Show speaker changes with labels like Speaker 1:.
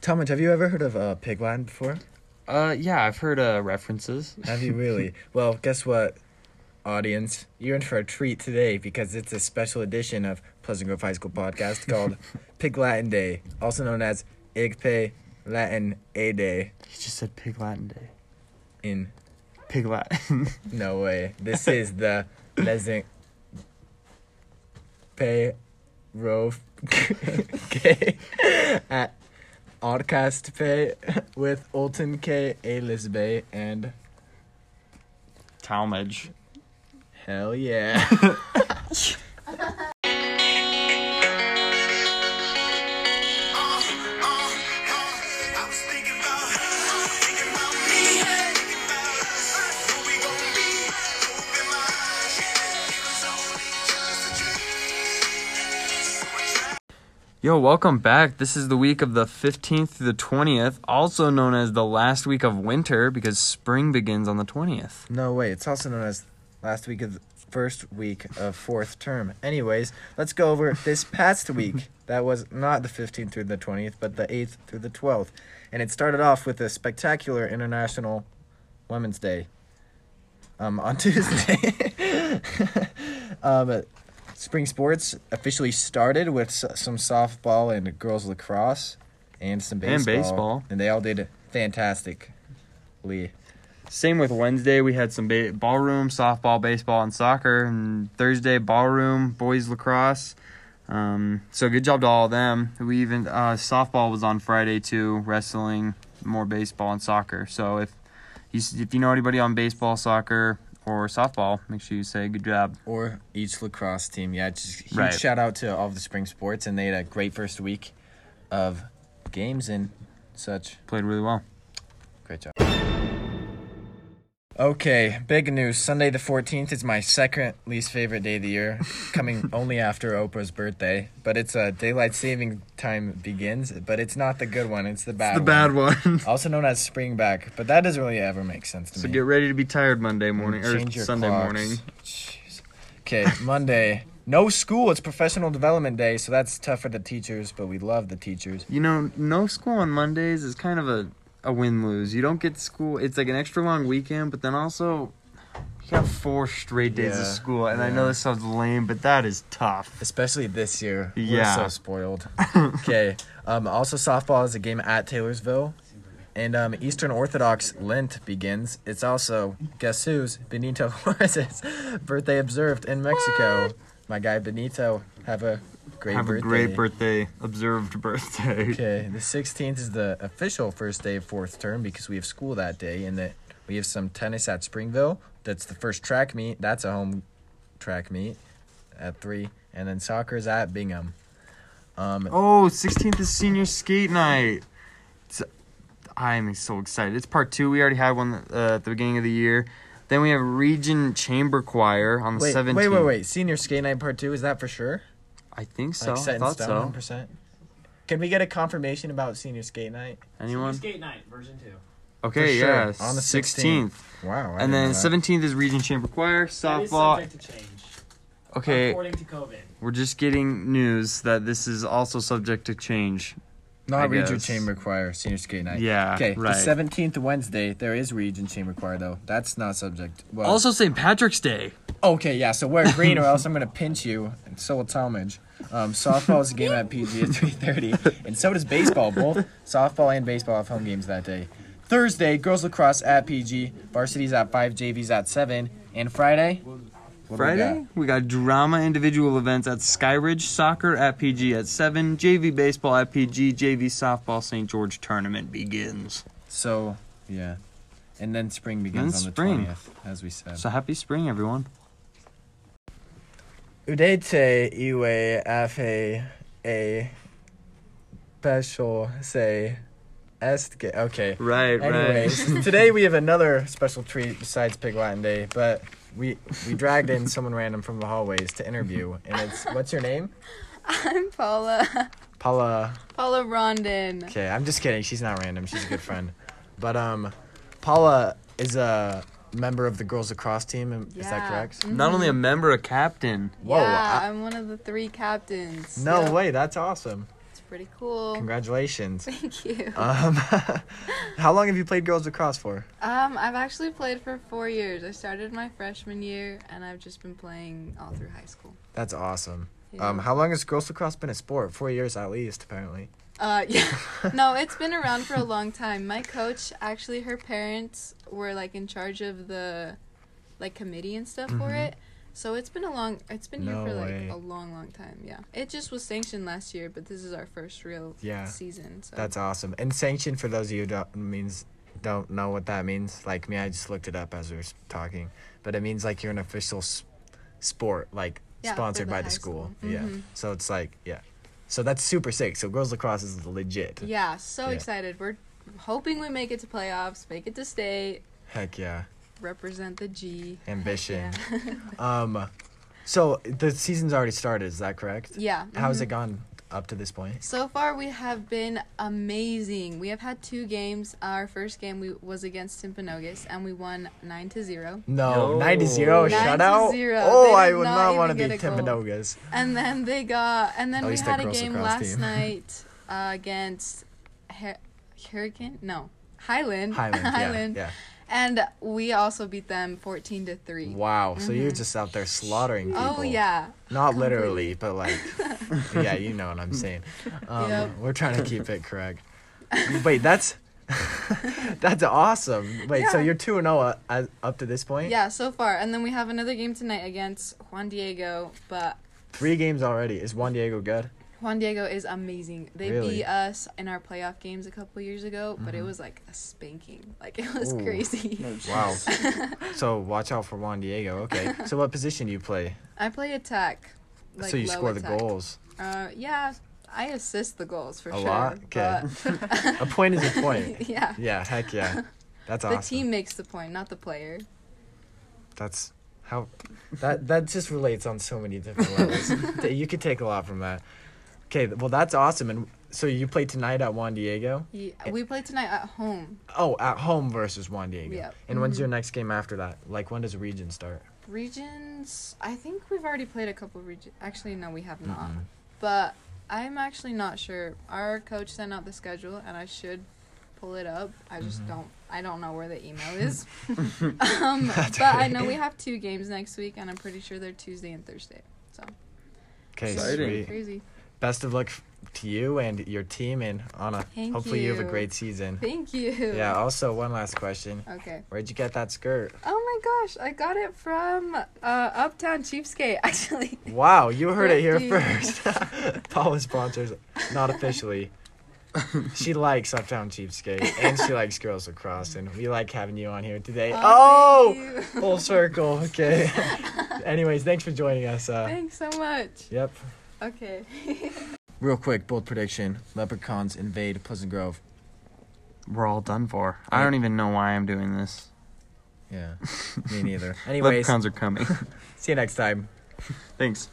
Speaker 1: Talmadge, have you ever heard of uh, pig Latin before?
Speaker 2: Uh, yeah, I've heard uh, references.
Speaker 1: Have you really? well, guess what, audience? You're in for a treat today because it's a special edition of Pleasant Grove High School podcast called Pig Latin Day, also known as Igpe Latin A Day.
Speaker 2: You just said Pig Latin Day.
Speaker 1: In
Speaker 2: Pig Latin.
Speaker 1: no way, this is the Pleasant Pay Rove K at Oddcast Pay with Olton K, Elisbe, and
Speaker 2: Talmage.
Speaker 1: hell yeah.
Speaker 3: I was thinking about her, thinking about me, thinking about us, who we gon' be, open my eyes, it was only just a dream. So I tried.
Speaker 2: Yo, welcome back. This is the week of the 15th through the 20th, also known as the last week of winter because spring begins on the 20th.
Speaker 1: No way. It's also known as last week of the first week of fourth term. Anyways, let's go over this past week. That was not the 15th through the 20th, but the 8th through the 12th. And it started off with a spectacular International Women's Day um, on Tuesday. um, spring sports officially started with s- some softball and girls lacrosse and some baseball.
Speaker 2: And baseball.
Speaker 1: And they all did fantastically.
Speaker 2: Same with Wednesday. We had some ba- ballroom, softball, baseball, and soccer. And Thursday, ballroom, boys lacrosse. Um, so good job to all of them. We even uh, softball was on Friday too. Wrestling, more baseball and soccer. So if you s- if you know anybody on baseball, soccer, or softball, make sure you say good job.
Speaker 1: or each lacrosse team. Yeah, just huge
Speaker 2: Right.
Speaker 1: shout out to all of the spring sports, and they had a great first week of games and such.
Speaker 2: Played really well.
Speaker 1: Great job. Okay, big news. Sunday the 14th is my second least favorite day of the year, coming only after Oprah's birthday. But it's a uh, daylight saving time begins, but it's not the good one, it's the bad
Speaker 2: The bad one.
Speaker 1: Also known as spring back, but that doesn't really ever make sense to
Speaker 2: so
Speaker 1: me.
Speaker 2: get ready to be tired Monday morning or
Speaker 1: Change your
Speaker 2: Sunday
Speaker 1: clocks.
Speaker 2: morning.
Speaker 1: Jeez. Okay, Monday. No school. It's professional development day, so that's tough for the teachers, but we love the teachers.
Speaker 2: You know, no school on Mondays is kind of a, a win lose. You don't get school. It's like an extra long weekend, but then also you got four straight days
Speaker 1: Yeah,
Speaker 2: of school. And I
Speaker 1: yeah.
Speaker 2: know this sounds lame, but that is tough.
Speaker 1: Especially this year.
Speaker 2: Yeah.
Speaker 1: We're so spoiled. okay. Um, also, softball is a game at Taylorsville. And um, Eastern Orthodox Lent begins. It's also, guess who's? Benito Juarez's birthday observed in Mexico. My guy Benito, have a great
Speaker 2: Have
Speaker 1: birthday.
Speaker 2: a great birthday, observed birthday.
Speaker 1: Okay, the 16th is the official first day of fourth term because we have school that day, and that we have some tennis at Springville. That's the first track meet. That's a home track meet at three, and then soccer is at Bingham. Um,
Speaker 2: Oh, 16th is senior skate night. It's, I'm so excited. It's part two. We already had one uh, at the beginning of the year. Then we have Region Chamber Choir on the
Speaker 1: wait,
Speaker 2: 17th.
Speaker 1: wait, wait, wait! Senior skate night part two is that for sure?
Speaker 2: I think so.
Speaker 1: set
Speaker 2: I
Speaker 1: in
Speaker 2: thought
Speaker 1: stone,
Speaker 2: so.
Speaker 1: 100%? Can we get a confirmation about senior skate night?
Speaker 2: Anyone?
Speaker 4: Skate night version two.
Speaker 2: Okay,
Speaker 1: sure,
Speaker 2: yeah.
Speaker 1: on the
Speaker 2: 16th.
Speaker 1: 16th. Wow! I
Speaker 2: And
Speaker 1: didn't know
Speaker 2: then
Speaker 1: that.
Speaker 2: 17th is Region Chamber Choir,
Speaker 4: That is
Speaker 2: softball.
Speaker 4: subject to change.
Speaker 2: Okay,
Speaker 4: According to COVID.
Speaker 2: we're just getting news that this is also subject to change. I
Speaker 1: Not Region
Speaker 2: guess.
Speaker 1: Chamber Choir, senior skate night.
Speaker 2: Yeah,
Speaker 1: Okay,
Speaker 2: right.
Speaker 1: the 17th Wednesday, there is Region Chamber Choir, though. That's not subject. Well,
Speaker 2: Also, St. Patrick's Day.
Speaker 1: Okay, yeah, so wear green or else I'm gonna pinch you, and so will Talmadge. Um, softball is a game at PG at 3.30, and so does baseball. Both softball and baseball have home games that day. Thursday, girls lacrosse at PG, varsity's at 5, JV's at 7, and Friday? what do we
Speaker 2: Friday, we got drama individual events at Skyridge, soccer at PG at 7, JV baseball at PG, JV softball St. George tournament begins.
Speaker 1: got? So, yeah. And then spring begins on the
Speaker 2: spring.
Speaker 1: 20th, as we said.
Speaker 2: So happy spring, everyone.
Speaker 1: Udete iwe afe e, a special say est okay.
Speaker 2: Right,
Speaker 1: Anyways, today we have another special treat besides Pig Latin Day, but we we dragged in someone random from the hallways to interview, and it's what's your name?
Speaker 5: I'm Paula.
Speaker 1: Paula.
Speaker 5: Paula Rondon.
Speaker 1: Okay, I'm just kidding. She's not random. She's a good friend, but um, Paula is a member of the girls lacrosse team. am- Is that
Speaker 5: Yeah. Mm-hmm.
Speaker 1: correct?
Speaker 2: Not only a member, a captain.
Speaker 1: Whoa,
Speaker 5: yeah,
Speaker 1: I-
Speaker 5: I, am one of the three captains.
Speaker 1: No
Speaker 5: Yeah,
Speaker 1: way. That's awesome.
Speaker 5: It's pretty cool.
Speaker 1: Congratulations.
Speaker 5: Thank you.
Speaker 1: um, how long have you played girls lacrosse for?
Speaker 5: Um, I've actually played for four years. I started my freshman year, and I've just been playing all through high school.
Speaker 1: That's awesome.
Speaker 5: Yeah.
Speaker 1: Um, how long has girls lacrosse been a sport? Four years at least, apparently.
Speaker 5: Uh, yeah. No, it's been around for a long time. My coach, actually, her parents were like in charge of the, like committee and stuff for
Speaker 1: Mhm.
Speaker 5: it. So it's been a long. It's been
Speaker 1: No
Speaker 5: here for like
Speaker 1: way.
Speaker 5: a long, long time. Yeah. It just was sanctioned last year, but this is our first real
Speaker 1: Yeah.
Speaker 5: season. So
Speaker 1: That's awesome. And sanction for those of you who don't means don't know what that means. Like me, I just looked it up as we were s- talking, but it means like you're an official s- sport, like
Speaker 5: Yeah, for
Speaker 1: sponsored
Speaker 5: the
Speaker 1: by the
Speaker 5: high
Speaker 1: school.
Speaker 5: school.
Speaker 1: Yeah.
Speaker 5: Mhm.
Speaker 1: So it's like yeah. So that's super sick. So girls lacrosse is legit.
Speaker 5: yeah, so
Speaker 1: Yeah.
Speaker 5: excited. We're hoping we make it to playoffs, make it to state,
Speaker 1: Heck yeah,
Speaker 5: represent the G.
Speaker 1: ambition.
Speaker 5: Yeah.
Speaker 1: Um, so the season's already started. Is that correct?
Speaker 5: yeah.
Speaker 1: How's
Speaker 5: mhm.
Speaker 1: it gone up to this point?
Speaker 5: So far, we have been amazing. We have had two games. Our first game we, was against Timpanogos, and we won nine to zero.
Speaker 1: No,
Speaker 2: No.
Speaker 1: nine to zero
Speaker 5: Nine to
Speaker 1: shutout.
Speaker 5: zero.
Speaker 1: Oh,
Speaker 5: They
Speaker 1: I
Speaker 5: did
Speaker 1: would
Speaker 5: not
Speaker 1: not, want to
Speaker 5: even
Speaker 1: be
Speaker 5: get a goal.
Speaker 1: Timpanogos.
Speaker 5: And then they got. And then
Speaker 1: At
Speaker 5: we
Speaker 1: least that
Speaker 5: had a
Speaker 1: girls
Speaker 5: game
Speaker 1: lacrosse
Speaker 5: last
Speaker 1: team.
Speaker 5: night uh, against Hur- Hurricane. No, Highland.
Speaker 1: Highland, yeah, yeah.
Speaker 5: And we also beat them fourteen to three.
Speaker 1: Wow. So you're just out there slaughtering people.
Speaker 5: Mm-hmm. Oh yeah.
Speaker 1: Not literally, but like, yeah, you know what I'm saying. Um,
Speaker 5: Yep.
Speaker 1: We're trying to keep it correct. Wait, that's that's awesome. Wait, so
Speaker 5: Yeah.
Speaker 1: you're two and zero as- up to this point.
Speaker 5: Yeah, so far. And then we have another game tonight against Juan Diego, but
Speaker 1: Three games already. Is Juan Diego good?
Speaker 5: Juan Diego is amazing. They
Speaker 1: Really? Mm-hmm.
Speaker 5: beat us in our playoff games a couple years ago, but it was like a spanking. Like it was
Speaker 1: Ooh.
Speaker 5: crazy.
Speaker 1: Wow. so watch out for Juan Diego. Okay. So what position do you play?
Speaker 5: I play attack. Like
Speaker 1: so you
Speaker 5: low
Speaker 1: score the
Speaker 5: attack.
Speaker 1: goals.
Speaker 5: Uh, yeah, I assist the goals for
Speaker 1: A
Speaker 5: sure.
Speaker 1: lot? Okay.
Speaker 5: but-
Speaker 1: A point is a point.
Speaker 5: yeah.
Speaker 1: Yeah. Heck yeah. That's awesome.
Speaker 5: The team makes the point, not the player.
Speaker 1: That's how that that just relates on so many different levels. Th- you could take a lot from that. Okay, well that's awesome. And so you play tonight at Juan Diego.
Speaker 5: Ye- We play tonight at home.
Speaker 1: Oh, at home versus Juan Diego.
Speaker 5: Yep.
Speaker 1: And when's your next game after that? Like when does region start?
Speaker 5: Regions. I think we've already played a couple regions. Actually, no, we have not. But I'm actually not sure. Our coach sent out the schedule, and I should pull it up. I just
Speaker 1: Mm-hmm.
Speaker 5: don't. I don't know where the email is. um, but I know we have two games next week, and I'm pretty sure they're Tuesday and Thursday. So
Speaker 1: Okay,
Speaker 2: Exciting.
Speaker 1: sweet.
Speaker 5: crazy.
Speaker 1: Best of luck f- to you and your team, and Anna.
Speaker 5: Thank
Speaker 1: Hopefully you have a
Speaker 5: you.
Speaker 1: great season.
Speaker 5: Thank you.
Speaker 1: Yeah. Also, one last question.
Speaker 5: Okay.
Speaker 1: Where'd you get that skirt?
Speaker 5: Oh my gosh, I got it from uh, Uptown Cheapskate actually.
Speaker 1: Wow, you heard it here
Speaker 5: Thrifty.
Speaker 1: first. Paula sponsors, not officially. she likes Uptown Cheapskate and she likes Girls Lacrosse, and we like having you on here today. Oh,
Speaker 5: Oh, thank you.
Speaker 1: full circle. Okay. Anyways, thanks for joining us. Uh,
Speaker 5: Thanks so much.
Speaker 1: yep.
Speaker 5: Okay.
Speaker 1: Real quick, bold prediction: Leprechauns invade Pleasant Grove.
Speaker 2: We're all done for. I don't even know why I'm doing this.
Speaker 1: Yeah, me neither. Anyways,
Speaker 2: Leprechauns are coming.
Speaker 1: see you next time.
Speaker 2: Thanks.